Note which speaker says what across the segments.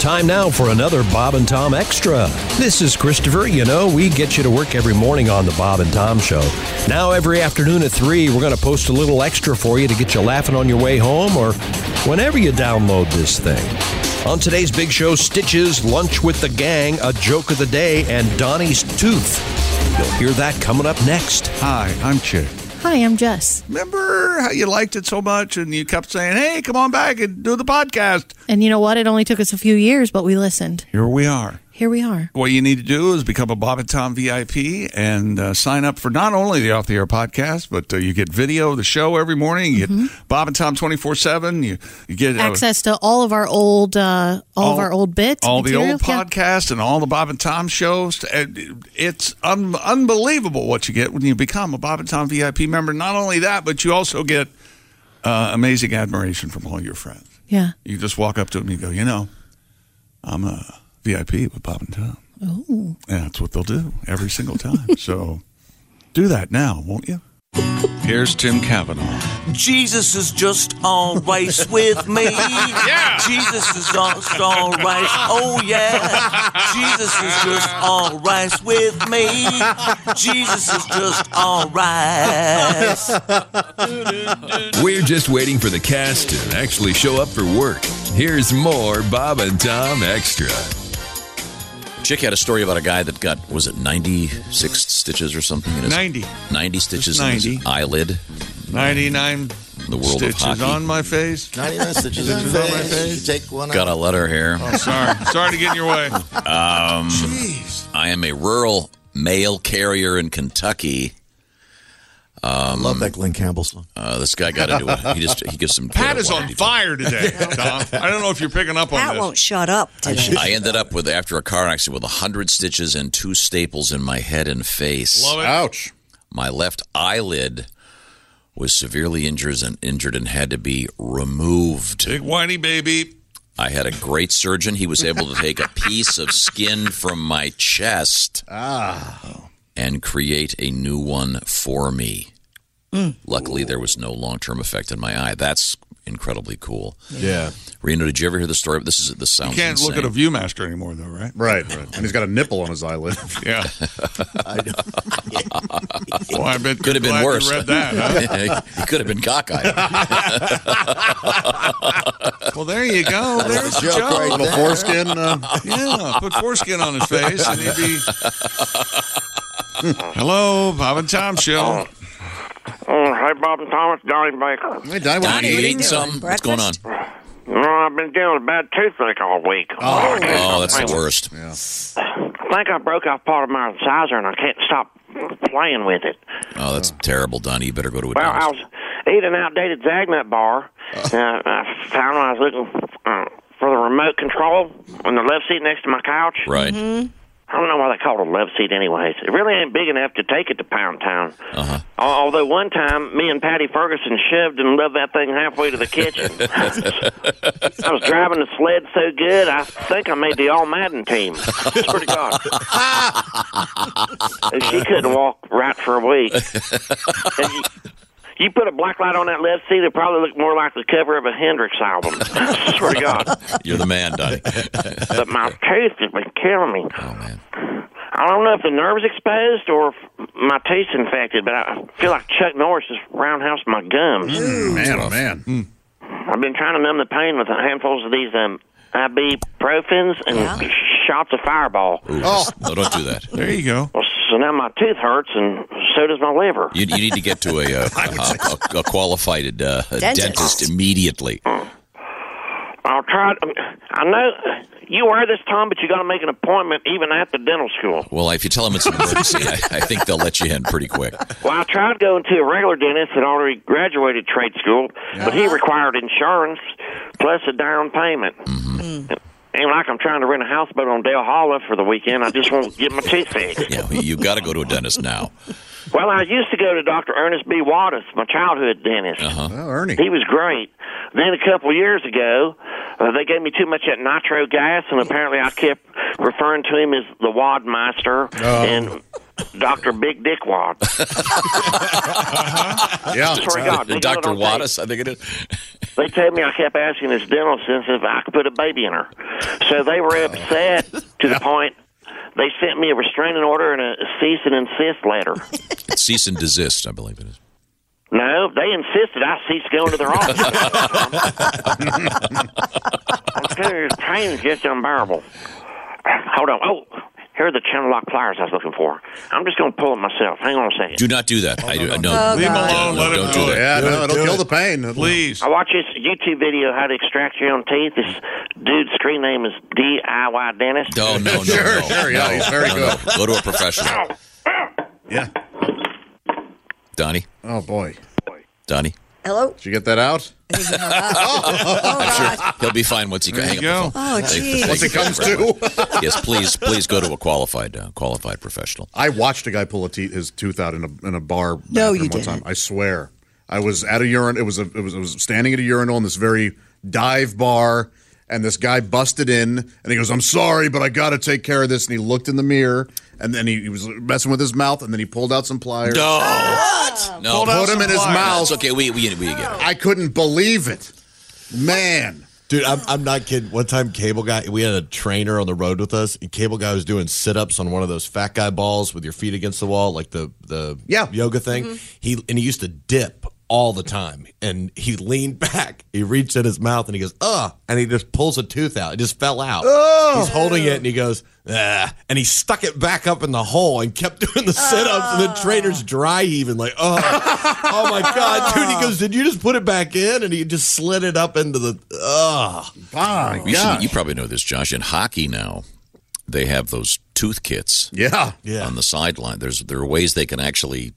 Speaker 1: Time now for another Bob and Tom Extra. This is Christopher. You know, we get you to work every morning on the Bob and Tom Show. Now, every afternoon at 3, we're going to post a little extra for you to get you laughing on your way home or whenever you download this thing. On today's big show, Stitches, Lunch with the Gang, A Joke of the Day, and Donnie's Tooth. You'll hear that coming up next.
Speaker 2: Hi, I'm Chip.
Speaker 3: Hi, I'm Jess.
Speaker 2: Remember how you liked it so much and you kept saying, hey, come on back and do the podcast?
Speaker 3: And you know what? It only took us a few years, but we listened.
Speaker 2: Here we are.
Speaker 3: Here we are.
Speaker 2: What you need to do is become a Bob and Tom VIP and uh, sign up for not only the Off the Air podcast, but uh, you get video of the show every morning. You get Bob and Tom 24 7. You you get uh,
Speaker 3: Access to all of our old, uh, all, of our old bits,
Speaker 2: all the old
Speaker 3: material. Yeah.
Speaker 2: podcasts, and all the Bob and Tom shows. And It's un- unbelievable what you get when you become a Bob and Tom VIP member. Not only that, but you also get uh, amazing admiration from all your friends.
Speaker 3: Yeah.
Speaker 2: You just walk up to them and you go, you know, I'm a VIP with Bob and Tom.
Speaker 3: Oh,
Speaker 2: And that's what they'll do every single time. so do that now, won't you? Here's Tim Kavanaugh.
Speaker 4: Jesus is just always with me. Yeah. Jesus is just always. Oh yeah. Jesus is just always with me. Jesus is just always.
Speaker 5: We're just waiting for the cast to actually show up for work. Here's more Bob and Tom Extra.
Speaker 6: Chick had a story about a guy that got was it ninety six stitches or something in his
Speaker 2: 90.
Speaker 6: 90 stitches in
Speaker 2: 90.
Speaker 6: his eyelid.
Speaker 2: 99
Speaker 6: The world of
Speaker 2: stitches
Speaker 6: hockey.
Speaker 2: on my face.
Speaker 7: 99 stitches
Speaker 2: Stitches
Speaker 7: in
Speaker 2: on my
Speaker 7: face.
Speaker 2: face.
Speaker 7: Take one
Speaker 6: Got
Speaker 7: out.
Speaker 6: to let her hair.
Speaker 2: Sorry. Sorry to get in your way.
Speaker 7: Jeez.
Speaker 6: I am a rural mail carrier in Kentucky.
Speaker 7: I love that Glenn Campbell song.
Speaker 6: Uh, this guy got into it. He just he gets some.
Speaker 2: Pat is
Speaker 6: terrible
Speaker 2: on
Speaker 6: attitude.
Speaker 2: fire today, Tom. I don't know if you're picking up on
Speaker 8: Pat
Speaker 2: this.
Speaker 8: won't shut up today.
Speaker 6: I ended up with after a car accident with hundred stitches and two staples in my head and face.
Speaker 2: Love it.
Speaker 9: Ouch.
Speaker 6: My left eyelid was severely injured and injured and had to be removed.
Speaker 2: Big whiny baby.
Speaker 6: I had a great surgeon. He was able to take a piece of skin from my chest and create a new one for me. Luckily, there was no long term effect in my eye. That's incredibly cool.
Speaker 9: Yeah.
Speaker 6: Reno, did you ever hear the story? This is this sounds
Speaker 2: Can't look at a
Speaker 6: insane.
Speaker 2: Viewmaster anymore, though, right?
Speaker 9: Right. And he's got a nipple on his eyelid.
Speaker 2: Yeah.
Speaker 7: I know.
Speaker 2: Well, I bet
Speaker 6: Could have
Speaker 2: glad
Speaker 6: been
Speaker 2: you
Speaker 6: worse.
Speaker 2: read that, huh?
Speaker 6: it could have been cockeyed.
Speaker 2: Well, there you go. There's
Speaker 7: a
Speaker 2: Joe.
Speaker 7: joke right
Speaker 9: Little
Speaker 7: there.
Speaker 9: foreskin. Uh,
Speaker 2: Yeah, put foreskin on his face and he'd be. Hello, Bob and Tom show.
Speaker 10: Oh, hi, Bob and Thomas, Donnie Baker.
Speaker 9: hey, Donnie, what
Speaker 6: Donnie,
Speaker 9: are you
Speaker 6: you
Speaker 9: eating?
Speaker 6: eating something? What's going on?
Speaker 10: Well, I've been dealing with a bad toothache all week. Oh,
Speaker 6: Oh, that's the worst.
Speaker 10: I think I broke off part of my incisor and I can't stop playing with it.
Speaker 6: Oh, that's terrible, Donnie. You better go to a
Speaker 10: Well, I
Speaker 6: dentist.
Speaker 10: was eating outdated Zagnut bar. and I found when I was looking uh, for the remote control on the left seat next to my couch.
Speaker 6: Right.
Speaker 10: I don't know why they call it a love seat, anyways. It really ain't big enough to take it to Pound Town.
Speaker 6: Uh-huh.
Speaker 10: Al- Although one time, me and Patty Ferguson shoved and loved that thing halfway to the kitchen. I was driving the sled so good, I think I made the All Madden team. Swear to God. And she couldn't walk right for a week. And you, you put a black light on that left seat, it probably looked more like the cover of a Hendrix album. Swear to God.
Speaker 6: You're the man, Donnie.
Speaker 10: But my tooth has been killing me.
Speaker 6: Oh, man.
Speaker 10: I don't know if the nerve's exposed or if my taste's infected, but I feel like Chuck Norris has roundhouse my gums.
Speaker 9: Man, oh, man.
Speaker 10: I've been trying to numb the pain with handfuls of these um, ibuprofens and shots of Fireball.
Speaker 6: Ooh, No, don't do that.
Speaker 2: There you go.
Speaker 10: Well, so now my tooth hurts, and so does my liver.
Speaker 6: You, you need to get to a, uh, a, a, a qualified uh, dentist. immediately.
Speaker 10: I'll try. To, I know you wear this, Tom, but you got to make an appointment even at the dental school.
Speaker 6: Well, if you tell them it's an emergency, I, I think they'll let you in pretty quick.
Speaker 10: Well, I tried going to a regular dentist that already graduated
Speaker 6: Mm-hmm.
Speaker 10: trade school, but he required insurance plus a down payment. ain't like I'm trying to rent a houseboat on Dale Hollow for the weekend. I just want to get my teeth fixed.
Speaker 6: Yeah, you've got to go to a dentist now.
Speaker 10: Well, I used to go to Dr. Ernest B. Wattis, my childhood dentist.
Speaker 6: Uh-huh.
Speaker 10: Ernie. He was great. Then a couple years ago, uh, they gave me too much of that nitro gas, and apparently I kept referring to him as the Wadmeister
Speaker 6: Oh.
Speaker 10: and Dr. Big Dick Wad.
Speaker 6: Yeah,
Speaker 10: Swear to God, they got it
Speaker 6: Dr.
Speaker 10: on
Speaker 6: Wattis, I think it is.
Speaker 10: They told me I kept asking this dental assistant if I could put a baby in her. So they were upset to the point they sent me a restraining order and a cease and insist letter.
Speaker 6: It's cease and desist, I believe it is.
Speaker 10: No, they insisted I cease going to their office. I'm telling you, this pain is just unbearable. Hold on. Oh, here are the channel lock pliers I was looking for. I'm just going to pull it myself. Hang on a second.
Speaker 6: Do not do that. I do, no,
Speaker 10: Oh, Leave him God.
Speaker 9: alone,
Speaker 6: No,
Speaker 9: let him do
Speaker 6: don't do
Speaker 9: it.
Speaker 6: that.
Speaker 9: Yeah, no, it'll kill the
Speaker 10: pain. Please. I watch this YouTube video how to extract your own teeth. This dude's screen name is DIY Dentist.
Speaker 6: Oh, No, no, no. no, no, no, no. Go to a professional.
Speaker 9: Yeah.
Speaker 6: Donnie,
Speaker 9: Oh boy.
Speaker 6: Donnie.
Speaker 8: Hello.
Speaker 9: Did you get that out?
Speaker 8: Oh,
Speaker 6: I'm sure he'll be fine once he
Speaker 9: There
Speaker 6: hang
Speaker 9: you
Speaker 6: up
Speaker 9: go.
Speaker 6: the phone.
Speaker 9: Oh,
Speaker 6: Thank-
Speaker 9: geez.
Speaker 6: thank
Speaker 9: Once it
Speaker 6: you
Speaker 9: comes
Speaker 6: very
Speaker 9: to.
Speaker 6: much. yes, please, please go to a qualified, uh, qualified professional.
Speaker 9: I watched a guy pull a te- his tooth out in a in a bar.
Speaker 6: No,
Speaker 9: bathroom
Speaker 6: you
Speaker 9: one
Speaker 6: didn't.
Speaker 9: Time. I swear, I was at a urine. It was a it was, I was standing at a urinal in this very dive bar, and this guy busted in, and he goes, "I'm sorry, but I got to take care of this." And he looked in the mirror, and then he, he was messing with his mouth, and then he pulled out some pliers.
Speaker 6: No. What? No.
Speaker 9: Pulled out Put him in his some pliers. mouth.
Speaker 6: It's okay. We we we get it.
Speaker 9: I couldn't believe it, man.
Speaker 7: Dude, I'm, I'm not kidding. One time, cable guy, we had a trainer on the road with us, and cable guy was doing sit ups on one of those fat guy balls with your feet against the wall, like the the yeah. Mm-hmm. yoga thing. He and he used to dip all the time, and he leaned back, he reached in his mouth, and he goes, "Ugh," and he just pulls a tooth out. It just fell out.
Speaker 8: Oh.
Speaker 7: He's holding it, and he goes, "Ah," and he stuck it back up in the hole and kept doing the sit ups, and the trainer's dry heaving like, "Oh." oh my god, dude! He goes, "Did you just put it back in?" And he just slid it up into the. Ugh.
Speaker 9: Ah,
Speaker 6: You, should, you probably know this, Josh. In hockey now, they have those tooth kits.
Speaker 9: Yeah,
Speaker 6: yeah. On the sideline, there's there are ways they can actually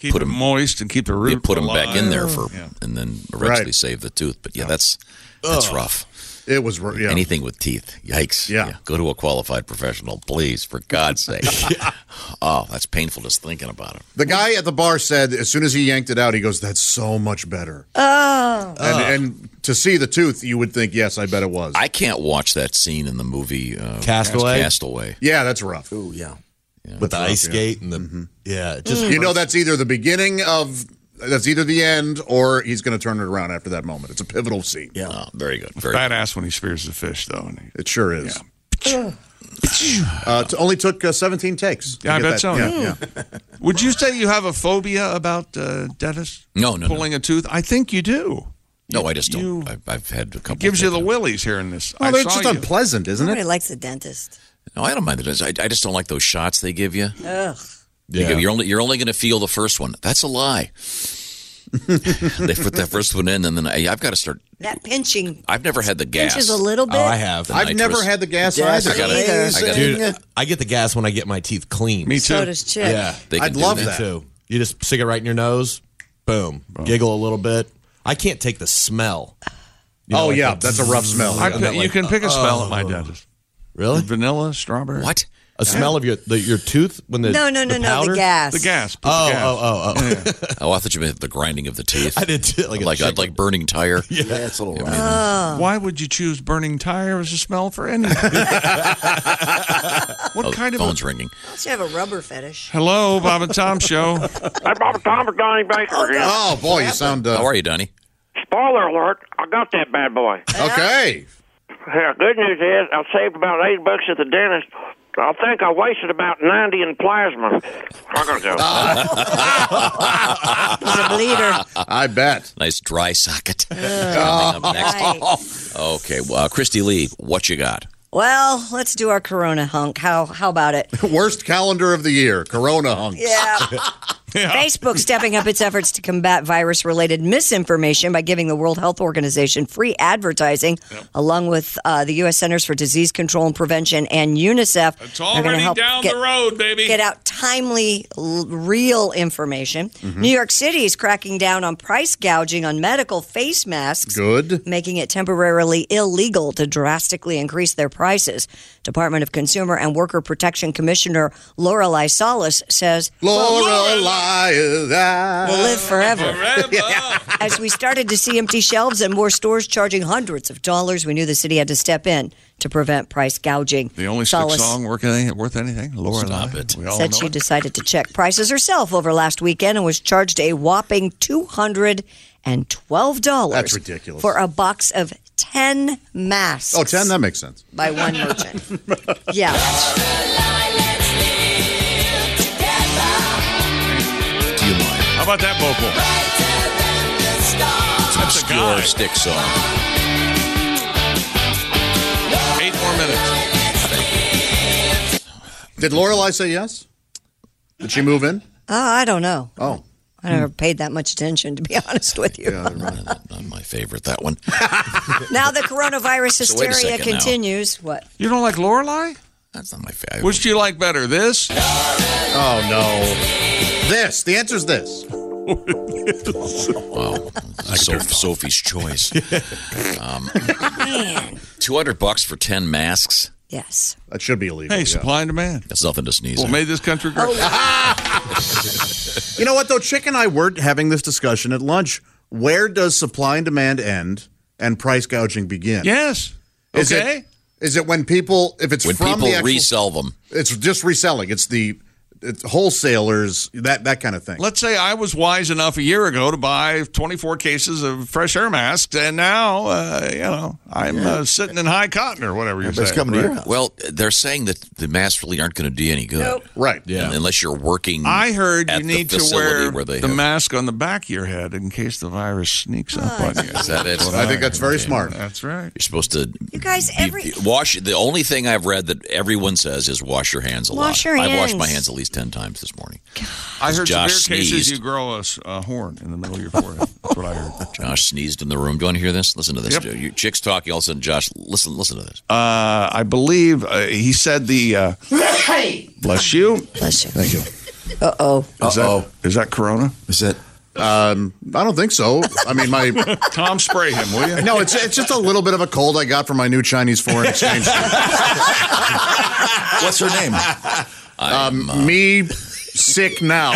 Speaker 2: Keep
Speaker 6: put
Speaker 2: it
Speaker 6: them
Speaker 2: moist and keep the root.
Speaker 6: yeah, put them back in there for,
Speaker 2: alive. Yeah.
Speaker 6: and then eventually
Speaker 2: Right.
Speaker 6: save the tooth. But yeah, that's that's
Speaker 9: Ugh.
Speaker 6: rough.
Speaker 9: It was r- yeah.
Speaker 6: Anything with teeth, yikes! Yeah. go to a qualified professional, please, for God's sake. Oh, that's painful just thinking about it.
Speaker 9: The guy at the bar said as soon as he yanked it out, he goes, "That's so much better."
Speaker 2: Uh,
Speaker 8: Oh.
Speaker 9: And, and to see the tooth, you would think, "Yes, I bet it was."
Speaker 6: I can't watch that scene in the movie uh,
Speaker 9: Castaway?
Speaker 6: Castaway.
Speaker 9: Yeah, that's rough.
Speaker 7: Oh yeah. Mm-hmm.
Speaker 6: With
Speaker 7: the ice skate and the yeah, it just
Speaker 9: you know that's either the beginning of that's either the end or he's going to turn it around after that moment. It's a pivotal scene.
Speaker 7: Yeah,
Speaker 6: Oh, very good.
Speaker 2: Badass when he spears the fish, though. and he-
Speaker 9: It sure is. Uh, it only took uh, 17 takes. to
Speaker 2: Yeah, I
Speaker 9: get
Speaker 2: bet
Speaker 9: that-
Speaker 2: so. Hmm.
Speaker 9: Yeah,
Speaker 2: Would you say you have a phobia about uh, dentists?
Speaker 6: No, no, no.
Speaker 2: pulling a tooth. I think you do.
Speaker 6: No, I just don't. I've, I've had a couple.
Speaker 2: Gives you the willies here in this.
Speaker 6: Well,
Speaker 2: I
Speaker 6: they're
Speaker 2: saw
Speaker 6: just
Speaker 2: you.
Speaker 9: unpleasant,
Speaker 8: Nobody likes a dentist.
Speaker 6: No, I don't mind the I, I just don't like those shots they give you.
Speaker 8: Ugh.
Speaker 6: They go, You're only you're only going to feel the first one. That's a lie. they put that first one in, and then I, I've got to start.
Speaker 8: That pinching.
Speaker 6: I've never had the gas.
Speaker 8: Pinches a little bit.
Speaker 7: Oh, I have.
Speaker 6: The I've nitrous. never had the gas
Speaker 7: Gas
Speaker 6: either. I gotta-
Speaker 7: is
Speaker 6: I gotta-
Speaker 7: amazing. Dude, I get the gas when I get my teeth clean.
Speaker 6: Me too. So does Chip.
Speaker 7: Yeah,
Speaker 6: They can I'd do love that. that.
Speaker 7: too. You just stick it right in your nose, boom, giggle a little bit. I can't take the smell. You know,
Speaker 9: Oh,
Speaker 7: like
Speaker 9: yeah,
Speaker 7: the
Speaker 9: that's a rough smell.
Speaker 7: and
Speaker 9: I
Speaker 7: that,
Speaker 9: can- you
Speaker 7: like,
Speaker 9: can pick a smell at my
Speaker 7: oh.
Speaker 9: dentist.
Speaker 7: Really?
Speaker 2: Vanilla, strawberry.
Speaker 6: What?
Speaker 7: A smell of your the, your tooth when the
Speaker 8: No, no, no,
Speaker 7: the
Speaker 8: no, the
Speaker 7: powder?
Speaker 8: gas. The gas,
Speaker 7: Oh, oh, oh, oh.
Speaker 6: oh, I thought you meant the grinding of the teeth. I
Speaker 7: did too. Like
Speaker 6: like, I'd like burning tire.
Speaker 7: yeah, it's a little
Speaker 6: oh.
Speaker 2: Why would you choose burning tire as a smell for anything? what
Speaker 6: Oh,
Speaker 2: kind of
Speaker 6: phone's
Speaker 2: a-
Speaker 6: ringing?
Speaker 8: I should have a rubber fetish.
Speaker 2: Hello, Bob and Tom show.
Speaker 10: Hey, Bob and Tom or Donnie Baker. here.
Speaker 9: Oh boy, you sound. Uh,
Speaker 6: How are you, Donnie?
Speaker 10: Spoiler alert, I got that bad boy.
Speaker 9: Okay.
Speaker 10: Yeah, good news is I saved about eight bucks at the dentist. I think I wasted about 90 in plasma. I gotta go.
Speaker 9: I bet.
Speaker 6: Nice dry socket.
Speaker 8: Ugh.
Speaker 6: Coming up next. Okay, well, uh, Christy Lee, what you got?
Speaker 8: Well, let's do our Corona hunk. How how about it?
Speaker 9: Worst calendar of the year, Corona hunks.
Speaker 8: Yeah. Facebook stepping up its efforts to combat virus related misinformation by giving the World Health Organization free advertising, along with uh, the U.S. Centers for Disease Control and Prevention and UNICEF.
Speaker 2: It's
Speaker 8: They're gonna
Speaker 2: already
Speaker 8: help
Speaker 2: down
Speaker 8: get-
Speaker 2: the road, baby.
Speaker 8: Get out timely, l- real information.
Speaker 2: Mm-hmm.
Speaker 8: New York City is cracking down on price gouging on medical face masks.
Speaker 9: Good.
Speaker 8: Making it temporarily illegal to drastically increase their prices. Department of Consumer and Worker Protection Commissioner Lorelei Solis says will live forever. As we started to see empty shelves and more stores charging hundreds of dollars, we knew the city had to step in to prevent price gouging.
Speaker 2: The only stick
Speaker 8: Solace
Speaker 2: song worth anything, worth anything? Laura Stop it. We all
Speaker 8: said
Speaker 2: know
Speaker 8: she
Speaker 2: it.
Speaker 8: decided to check prices herself over last weekend and was charged a whopping two hundred and twelve dollars.
Speaker 9: That's ridiculous.
Speaker 8: for a box of ten masks.
Speaker 9: Oh, 10, that makes sense.
Speaker 8: by one merchant. yeah.
Speaker 2: How about that vocal?
Speaker 6: It's an
Speaker 2: That's a guy.
Speaker 6: obscure stick song.
Speaker 2: Eight more minutes.
Speaker 9: Did Lorelei say yes? Did she move in?
Speaker 8: Oh, I don't know.
Speaker 9: Oh.
Speaker 8: I never paid that much attention, to be honest with you.
Speaker 6: Not my favorite, that one.
Speaker 8: now the coronavirus
Speaker 6: So wait a
Speaker 8: hysteria
Speaker 6: second now.
Speaker 8: continues. What?
Speaker 2: You don't like Lorelei?
Speaker 6: That's not my favorite.
Speaker 2: Which do you like better, this?
Speaker 9: Oh, no. This. The answer is this.
Speaker 6: Wow. So, Sophie's choice. Um,
Speaker 8: Man.
Speaker 6: 200 bucks for 10 masks?
Speaker 8: Yes.
Speaker 9: That should be illegal.
Speaker 2: Hey,
Speaker 9: yeah. Oh,
Speaker 2: supply and demand.
Speaker 6: That's nothing to sneeze
Speaker 2: Well,
Speaker 6: at.
Speaker 2: made this country great.
Speaker 9: You know what, though? Chick and I were having this discussion at lunch. Where does supply and demand end and price gouging begin?
Speaker 2: Yes.
Speaker 9: Is it-
Speaker 2: okay.
Speaker 9: Is it when people, if it's
Speaker 6: When
Speaker 9: from
Speaker 6: people
Speaker 9: the actual,
Speaker 6: resell them,
Speaker 9: it's just reselling. It's the it's wholesalers, that that kind of thing.
Speaker 2: Let's say I was wise enough a year ago to buy 24 cases of fresh air masks, and now, uh, you know, I'm uh, sitting in high cotton or whatever you're
Speaker 7: But it's
Speaker 2: saying.
Speaker 7: coming to your house.
Speaker 6: well, they're saying that the masks really aren't going to do you any good.
Speaker 9: right.
Speaker 6: Yeah. Unless you're working.
Speaker 2: I heard
Speaker 6: at
Speaker 2: you need
Speaker 6: the
Speaker 2: to
Speaker 6: facility
Speaker 2: wear
Speaker 6: where they
Speaker 2: the
Speaker 6: have-
Speaker 2: mask on the back of your head in case the virus sneaks up on you.
Speaker 6: Is that it?
Speaker 9: I think that's very smart.
Speaker 2: That's right.
Speaker 6: You're supposed to
Speaker 8: You guys, every
Speaker 6: wash. The only thing I've read that everyone says is wash your hands a
Speaker 8: Wash
Speaker 6: lot.
Speaker 8: your
Speaker 6: I've washed my
Speaker 8: hands.
Speaker 6: hands at least ten times this morning.
Speaker 2: I heard
Speaker 6: Josh
Speaker 2: severe cases
Speaker 6: sneezed.
Speaker 2: you grow a, s- a horn in the middle of your forehead. That's what I heard.
Speaker 6: Josh sneezed in the room. Do you want to hear this? Listen to this.
Speaker 2: Yep.
Speaker 6: dude. Your chick's talking. All of a sudden, Josh, listen, listen to this.
Speaker 2: Uh, I believe uh, he said the. Uh, bless you.
Speaker 8: bless you.
Speaker 9: Thank you.
Speaker 8: Uh oh.
Speaker 2: Is that, is that Corona?
Speaker 7: Is it?
Speaker 9: I don't think so. I mean, my
Speaker 2: Tom, spray him, will you?
Speaker 9: no, it's it's just a little bit of a cold I got from my new Chinese foreign exchange.
Speaker 7: What's her name?
Speaker 9: Um,
Speaker 6: uh,
Speaker 9: me sick now.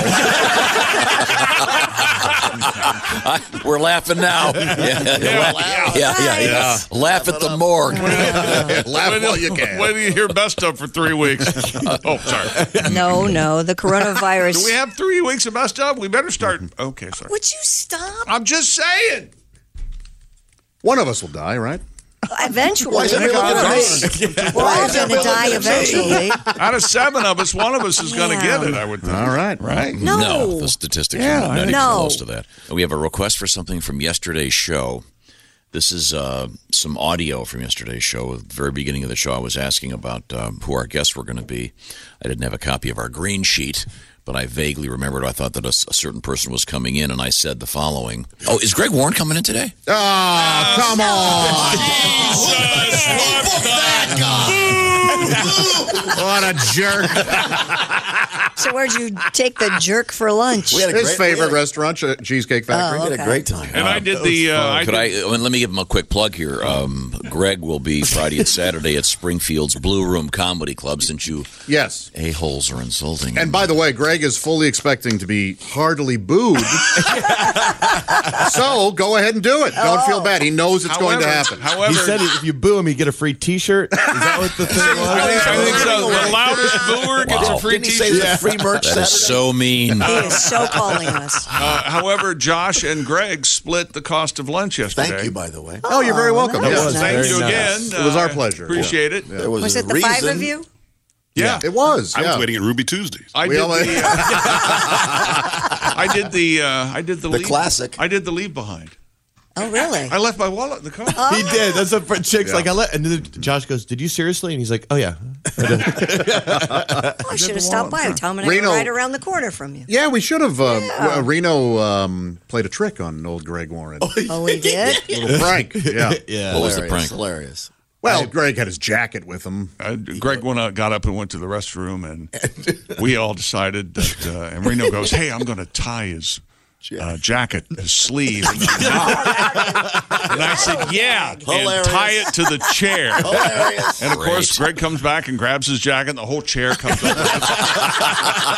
Speaker 6: We're laughing now. yeah, yeah, yeah, yeah, yeah. Laugh at the morgue.
Speaker 9: Laugh while you
Speaker 2: Wait
Speaker 9: can.
Speaker 2: till you hear best of for three weeks. Oh, sorry.
Speaker 8: No, no. The coronavirus.
Speaker 2: Do we have three weeks of best of? We better start. Okay, sorry.
Speaker 8: Would you stop?
Speaker 2: I'm just saying.
Speaker 9: One of us will die, right?
Speaker 8: Eventually.
Speaker 7: is everybody
Speaker 2: looking
Speaker 8: We're all going to die eventually.
Speaker 2: Out of seven of us, one of us is going to get it. I would think.
Speaker 9: All right.
Speaker 2: Right.
Speaker 8: No.
Speaker 6: the statistics
Speaker 2: Yeah,
Speaker 6: are not,
Speaker 2: I
Speaker 6: even
Speaker 8: know.
Speaker 6: close to that. And we have a request for something from yesterday's show. This is uh, some audio from yesterday's show. At the very beginning of the show, I was asking about um, who our guests were going to be. I didn't have a copy of our green sheet, but I vaguely remembered I thought that a, s- a certain person was coming in, and I said the following Oh, is Greg Warren coming in today?
Speaker 9: Oh, come on! What a jerk!
Speaker 8: So where'd you take the jerk for lunch?
Speaker 7: We had a
Speaker 9: His
Speaker 7: great-
Speaker 9: favorite restaurant, Ch- Cheesecake Factory.
Speaker 8: Oh,
Speaker 7: We had
Speaker 8: okay.
Speaker 7: a great time.
Speaker 2: And I did the. Uh, I
Speaker 6: Could I, I mean, let me give him a quick plug here. Um, Greg will be Friday and Saturday at Springfield's Blue Room Comedy Club since you
Speaker 9: Yes.
Speaker 6: a-holes are insulting.
Speaker 9: And by the way, Greg is fully expecting to be heartily booed. so Oh, go ahead and do it. Don't
Speaker 7: Oh.
Speaker 9: feel bad. He knows it's going to happen.
Speaker 2: However,
Speaker 7: He said if you boo him, you get a free T-shirt. Is that what the thing
Speaker 2: I think, I think
Speaker 7: was?
Speaker 2: so. The loudest booer gets a
Speaker 6: Wow.
Speaker 2: free
Speaker 7: Didn't he say
Speaker 2: T-shirt.
Speaker 7: there's a free merch
Speaker 6: that is
Speaker 7: Saturday?
Speaker 6: so mean.
Speaker 8: He is so calling us.
Speaker 2: Uh, however, Josh and Greg split the cost of lunch yesterday.
Speaker 7: Thank you, by the way.
Speaker 9: Oh, you're very welcome.
Speaker 7: That
Speaker 9: Yes.
Speaker 7: was
Speaker 2: Thank
Speaker 7: very
Speaker 2: you again.
Speaker 7: nice.
Speaker 9: It was
Speaker 2: Uh,
Speaker 9: our pleasure.
Speaker 2: Appreciate it.
Speaker 7: There
Speaker 8: Was
Speaker 7: a
Speaker 8: it the five of
Speaker 7: reason-
Speaker 8: you?
Speaker 2: Yeah.
Speaker 9: It was.
Speaker 11: I was
Speaker 9: yeah.
Speaker 11: waiting at Ruby Tuesdays.
Speaker 2: I
Speaker 9: We
Speaker 2: did,
Speaker 9: all-
Speaker 2: the, uh, I did the. Uh, I did the.
Speaker 7: The
Speaker 2: leave-
Speaker 7: classic.
Speaker 2: I did the leave behind.
Speaker 8: Oh, really?
Speaker 2: I left my wallet in the car.
Speaker 7: He did. That's a fr- chick's
Speaker 9: Yeah.
Speaker 7: like I let. And then Josh goes, "Did you seriously?" And he's like, "Oh yeah."
Speaker 8: Oh, I should have stopped by. Tom and I
Speaker 9: Reno-
Speaker 8: were right around the corner from you.
Speaker 9: Yeah, we should have. Um, uh, Reno um, played a trick on old Greg Warren.
Speaker 8: Oh, we did?
Speaker 9: Little prank. Yeah.
Speaker 7: Yeah.
Speaker 6: What was the
Speaker 7: hilarious,
Speaker 6: prank?
Speaker 7: Hilarious.
Speaker 9: Well, Greg had his jacket with him.
Speaker 2: Uh, Greg went out, got up and went to the restroom, and we all decided that. Uh, and Reno goes, "Hey, I'm going to tie his uh, jacket, his sleeve." And I said, "Yeah," and
Speaker 11: Hilarious.
Speaker 2: tie it to the chair.
Speaker 11: Hilarious.
Speaker 2: And of course, Greg comes back and grabs his jacket, and the whole chair comes up.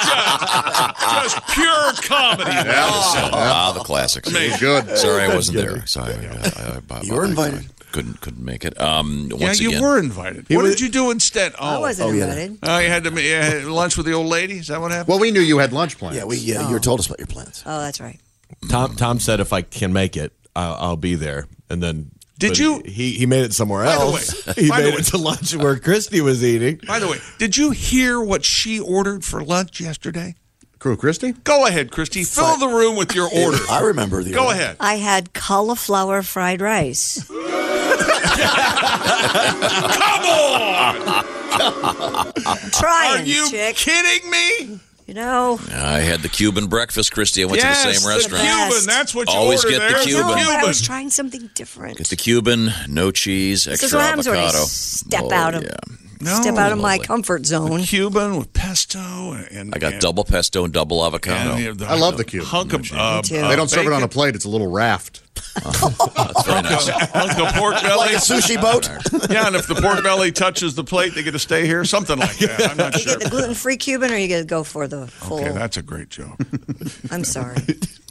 Speaker 2: just, just pure comedy.
Speaker 6: Ah, the classics.
Speaker 2: Amazing. Good.
Speaker 6: Sorry, I
Speaker 2: That's
Speaker 6: wasn't
Speaker 2: good.
Speaker 6: there. Sorry, I, I, I,
Speaker 2: You were
Speaker 6: I-
Speaker 2: invited.
Speaker 6: I couldn't couldn't make it. Um,
Speaker 2: yeah,
Speaker 6: once
Speaker 2: you
Speaker 6: again,
Speaker 2: were invited.
Speaker 6: He
Speaker 2: What
Speaker 6: was-
Speaker 2: did you do instead? Oh,
Speaker 8: I wasn't Oh, yeah. invited.
Speaker 2: Oh, you had to you had lunch with the old lady. Is that what happened?
Speaker 9: Well, we knew you had lunch plans.
Speaker 7: Yeah, we- uh, yeah, you were told us about your plans.
Speaker 8: Oh, that's right.
Speaker 7: Tom Tom said if I can make it, I'll, I'll be there. And then
Speaker 2: Did
Speaker 7: but
Speaker 2: you-
Speaker 7: He he made it somewhere
Speaker 2: By the
Speaker 7: else.
Speaker 2: way-
Speaker 7: he
Speaker 2: by the
Speaker 7: made
Speaker 2: way-
Speaker 7: it to lunch where Christy was eating.
Speaker 2: By the way, did you hear what she ordered for lunch yesterday?
Speaker 9: Crew Christie?
Speaker 2: Go ahead, Christy. Fill the room with your order.
Speaker 9: I remember
Speaker 2: Go ahead.
Speaker 8: I had cauliflower fried rice.
Speaker 2: Come on!
Speaker 8: Trying,
Speaker 2: Are you
Speaker 8: chick.
Speaker 2: kidding me?
Speaker 8: You know,
Speaker 6: I had the Cuban breakfast, Christy. I went
Speaker 8: Yes,
Speaker 6: to the same
Speaker 8: the
Speaker 6: restaurant.
Speaker 8: Cuban,
Speaker 2: that's what
Speaker 8: you
Speaker 6: Always
Speaker 8: order
Speaker 6: get
Speaker 8: I
Speaker 6: the
Speaker 8: know,
Speaker 6: Cuban.
Speaker 8: but I was trying something different.
Speaker 6: Get the Cuban, no cheese,
Speaker 8: This
Speaker 6: extra
Speaker 8: is what happens when you
Speaker 6: avocado.
Speaker 8: step
Speaker 6: Oh,
Speaker 8: out of
Speaker 6: yeah.
Speaker 8: step out of my
Speaker 6: Lovely.
Speaker 8: comfort zone.
Speaker 2: Cuban with pesto and,
Speaker 6: I got double pesto and double avocado.
Speaker 9: And the- I love the Cuban.
Speaker 2: Hunk of,
Speaker 9: uh,
Speaker 6: too.
Speaker 9: they don't serve it on
Speaker 6: bacon.
Speaker 9: a plate. It's a little raft.
Speaker 6: That's very nice.
Speaker 2: The pork belly.
Speaker 9: Like a sushi boat?
Speaker 2: yeah, and if the pork belly touches the plate, they get to stay here. Something like that. I'm not
Speaker 8: you
Speaker 2: sure.
Speaker 8: get the gluten free Cuban, or you get to go for the full.
Speaker 2: Okay, that's a great joke.
Speaker 8: I'm sorry.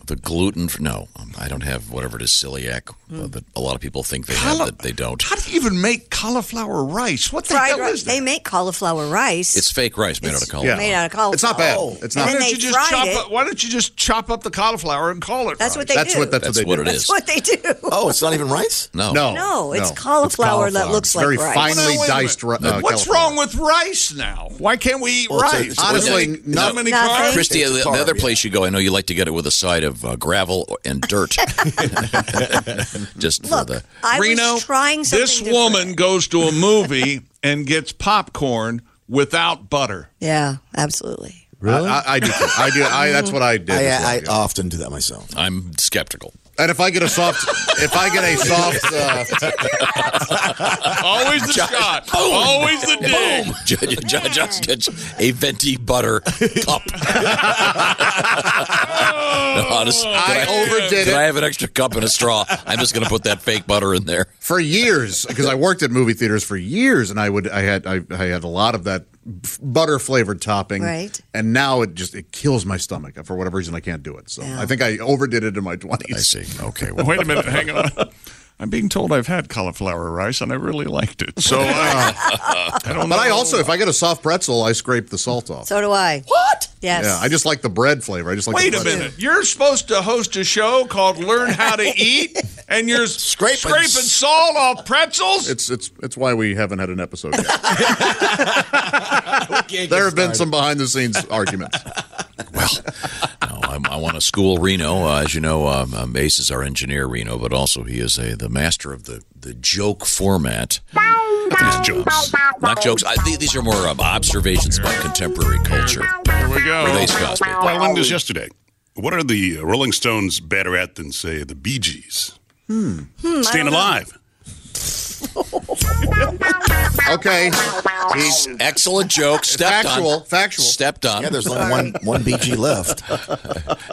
Speaker 6: The gluten, no, um, I don't have whatever it is, celiac. uh, that a lot of people think they have that they don't.
Speaker 2: How do you even make cauliflower rice? What the
Speaker 8: fried
Speaker 2: hell
Speaker 8: rice.
Speaker 2: is that?
Speaker 8: They make cauliflower rice.
Speaker 6: It's fake rice made out of cauliflower.
Speaker 8: made out of cauliflower.
Speaker 9: It's not bad. It's not
Speaker 8: And
Speaker 9: bad.
Speaker 8: then they
Speaker 2: Oh. Why don't you just
Speaker 8: fried
Speaker 2: chop
Speaker 8: it.
Speaker 2: up- why don't you just chop up the cauliflower and call it?
Speaker 8: That's what they
Speaker 9: That's
Speaker 8: do.
Speaker 9: what- that's what That's they what do. it
Speaker 8: That's
Speaker 9: is.
Speaker 8: what they do.
Speaker 7: Oh, it's not even rice?
Speaker 6: No.
Speaker 9: No.
Speaker 8: No, it's cauliflower that looks like
Speaker 9: very
Speaker 8: rice.
Speaker 9: finely
Speaker 2: Well, now, wait a
Speaker 9: diced. ri-
Speaker 2: minute.
Speaker 9: Uh,
Speaker 2: What's
Speaker 9: cauliflower.
Speaker 2: wrong with rice now? Why can't we eat
Speaker 9: Well, it's a-
Speaker 2: rice?
Speaker 9: it's a- Honestly,
Speaker 2: Isn't it-
Speaker 9: no-
Speaker 2: not many
Speaker 8: Nothing.
Speaker 2: carbs.
Speaker 6: Christy, the,
Speaker 2: It's
Speaker 6: the
Speaker 2: carb,
Speaker 6: other
Speaker 2: yeah.
Speaker 6: place you go, I know you like to get it with a side of uh, gravel and dirt. Just for the.
Speaker 8: I
Speaker 2: Reno,
Speaker 8: was trying something
Speaker 2: This
Speaker 8: different.
Speaker 2: woman goes to a movie and gets popcorn without butter.
Speaker 8: Yeah, absolutely.
Speaker 9: Really? I, I, I do. Too. I do. I, that's what I did.
Speaker 12: I,
Speaker 9: as well,
Speaker 12: I,
Speaker 9: yeah.
Speaker 12: often do that myself.
Speaker 6: I'm skeptical.
Speaker 9: and if I get a soft, if I get a soft, uh,
Speaker 2: Always the shot. Always the dig.
Speaker 6: Judge, judge, judge gets a venti butter cup. No, honest- did
Speaker 9: I overdid
Speaker 6: did
Speaker 9: it.
Speaker 6: I have an extra cup and a straw? I'm just going to put that fake butter in there.
Speaker 9: for years because I worked at movie theaters for years, and I would I had I, I had a lot of that butter flavored topping,
Speaker 8: Right.
Speaker 9: And now it just it kills my stomach for whatever reason. I can't do it. So
Speaker 8: Yeah.
Speaker 9: I think I overdid it in my twenties. I
Speaker 6: see. Okay.
Speaker 2: Wait a minute. Hang on. I'm being told I've had cauliflower rice and I really liked it. So uh, I, I don't
Speaker 9: but
Speaker 2: know.
Speaker 9: I also, if I get a soft pretzel, I scrape the salt off.
Speaker 8: So do I. What? Yes.
Speaker 9: Yeah, I just like the bread flavor. I just like.
Speaker 2: Wait
Speaker 9: the
Speaker 2: a
Speaker 9: bread.
Speaker 2: minute. You're supposed to host a show called Learn How to Eat, and you're scraping, salt off pretzels?
Speaker 9: It's it's it's why we haven't had an episode yet. there have been some behind the scenes arguments.
Speaker 6: No, I'm, I want to school Reno. Uh, as you know, um, um, Ace is our engineer, Reno, but also he is a the master of the, the joke format. Not jokes. Not jokes. I, th- these are more um, observations about contemporary culture.
Speaker 2: Here we go.
Speaker 6: With Ace Cosby.
Speaker 13: Well, I learned this yesterday. What are the uh, Rolling Stones better at than, say, the Bee Gees?
Speaker 9: Hmm.
Speaker 13: Staying alive.
Speaker 9: Okay.
Speaker 6: Excellent joke. Stepped
Speaker 9: Factual,
Speaker 6: on.
Speaker 9: factual.
Speaker 6: Stepped on.
Speaker 12: Yeah, there's only one one BG left.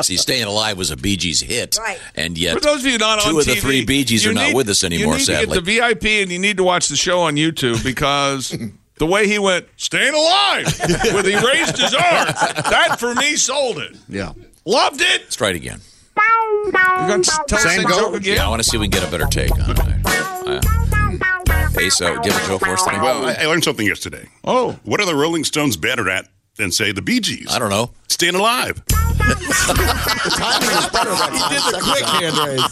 Speaker 6: See, Staying Alive was a Bee Gees hit. Right. And yet,
Speaker 2: For those of you not
Speaker 6: two
Speaker 2: on
Speaker 6: of the
Speaker 2: TV,
Speaker 6: three Bee Gees
Speaker 2: you
Speaker 6: are not
Speaker 2: need-
Speaker 6: with us anymore,
Speaker 2: You need
Speaker 6: sadly.
Speaker 2: to get the VIP, and you need to watch the show on YouTube because the way he went, staying alive, with he raised his arm, that for me sold it.
Speaker 9: Yeah.
Speaker 2: Loved it.
Speaker 6: Let's try it again.
Speaker 2: You're going to tell the same joke again?
Speaker 6: Yeah, I want to see if we can get a better take on it. Uh, Ace, uh, do you have a joke for us today?
Speaker 13: Well, Oh, I, I learned something yesterday.
Speaker 2: Oh.
Speaker 13: What are the Rolling Stones better at than, say, the Bee Gees? I
Speaker 6: don't know.
Speaker 13: Staying alive.
Speaker 11: He did the quick hand raise.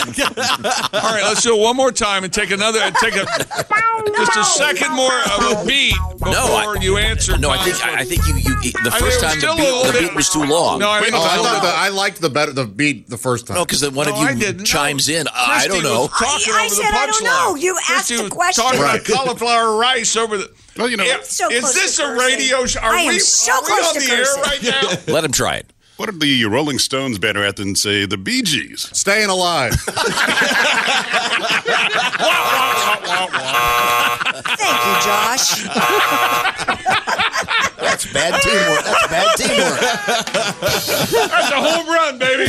Speaker 2: All right, let's do it one more time and take another, take a just a second more of a beat before
Speaker 6: I-
Speaker 2: you answer.
Speaker 6: No, I think I, I think you, you the
Speaker 2: I
Speaker 6: first
Speaker 2: mean,
Speaker 6: time the
Speaker 2: still a little
Speaker 6: beat, the
Speaker 2: bit-
Speaker 6: beat was too long.
Speaker 2: No, I
Speaker 9: Oh,
Speaker 2: mean,
Speaker 9: I, thought the, I liked the better the beat the first time.
Speaker 6: No, because then one
Speaker 2: No, I
Speaker 6: of you
Speaker 2: didn't.
Speaker 6: chimes in. I
Speaker 2: Christy
Speaker 6: don't know.
Speaker 2: was Talking
Speaker 8: I- I
Speaker 2: over
Speaker 8: said
Speaker 2: the
Speaker 8: I don't know.
Speaker 2: punchline.
Speaker 8: You asked
Speaker 2: Christy
Speaker 8: the
Speaker 2: was
Speaker 8: question.
Speaker 2: Talking
Speaker 9: Right.
Speaker 2: about cauliflower rice over the. Well, you know, is,
Speaker 8: So close
Speaker 2: this
Speaker 8: to
Speaker 2: a radio
Speaker 8: cursing.
Speaker 2: show? Are
Speaker 8: I am
Speaker 2: we,
Speaker 8: so
Speaker 2: are we
Speaker 8: close
Speaker 2: on
Speaker 8: to
Speaker 2: the air
Speaker 8: cursing.
Speaker 2: right now?
Speaker 6: Let him try it.
Speaker 13: What are the Rolling Stones better at than, say, the Bee Gees?
Speaker 9: Staying alive.
Speaker 14: Josh.
Speaker 8: That's bad teamwork. That's bad teamwork.
Speaker 2: That's a home run, baby.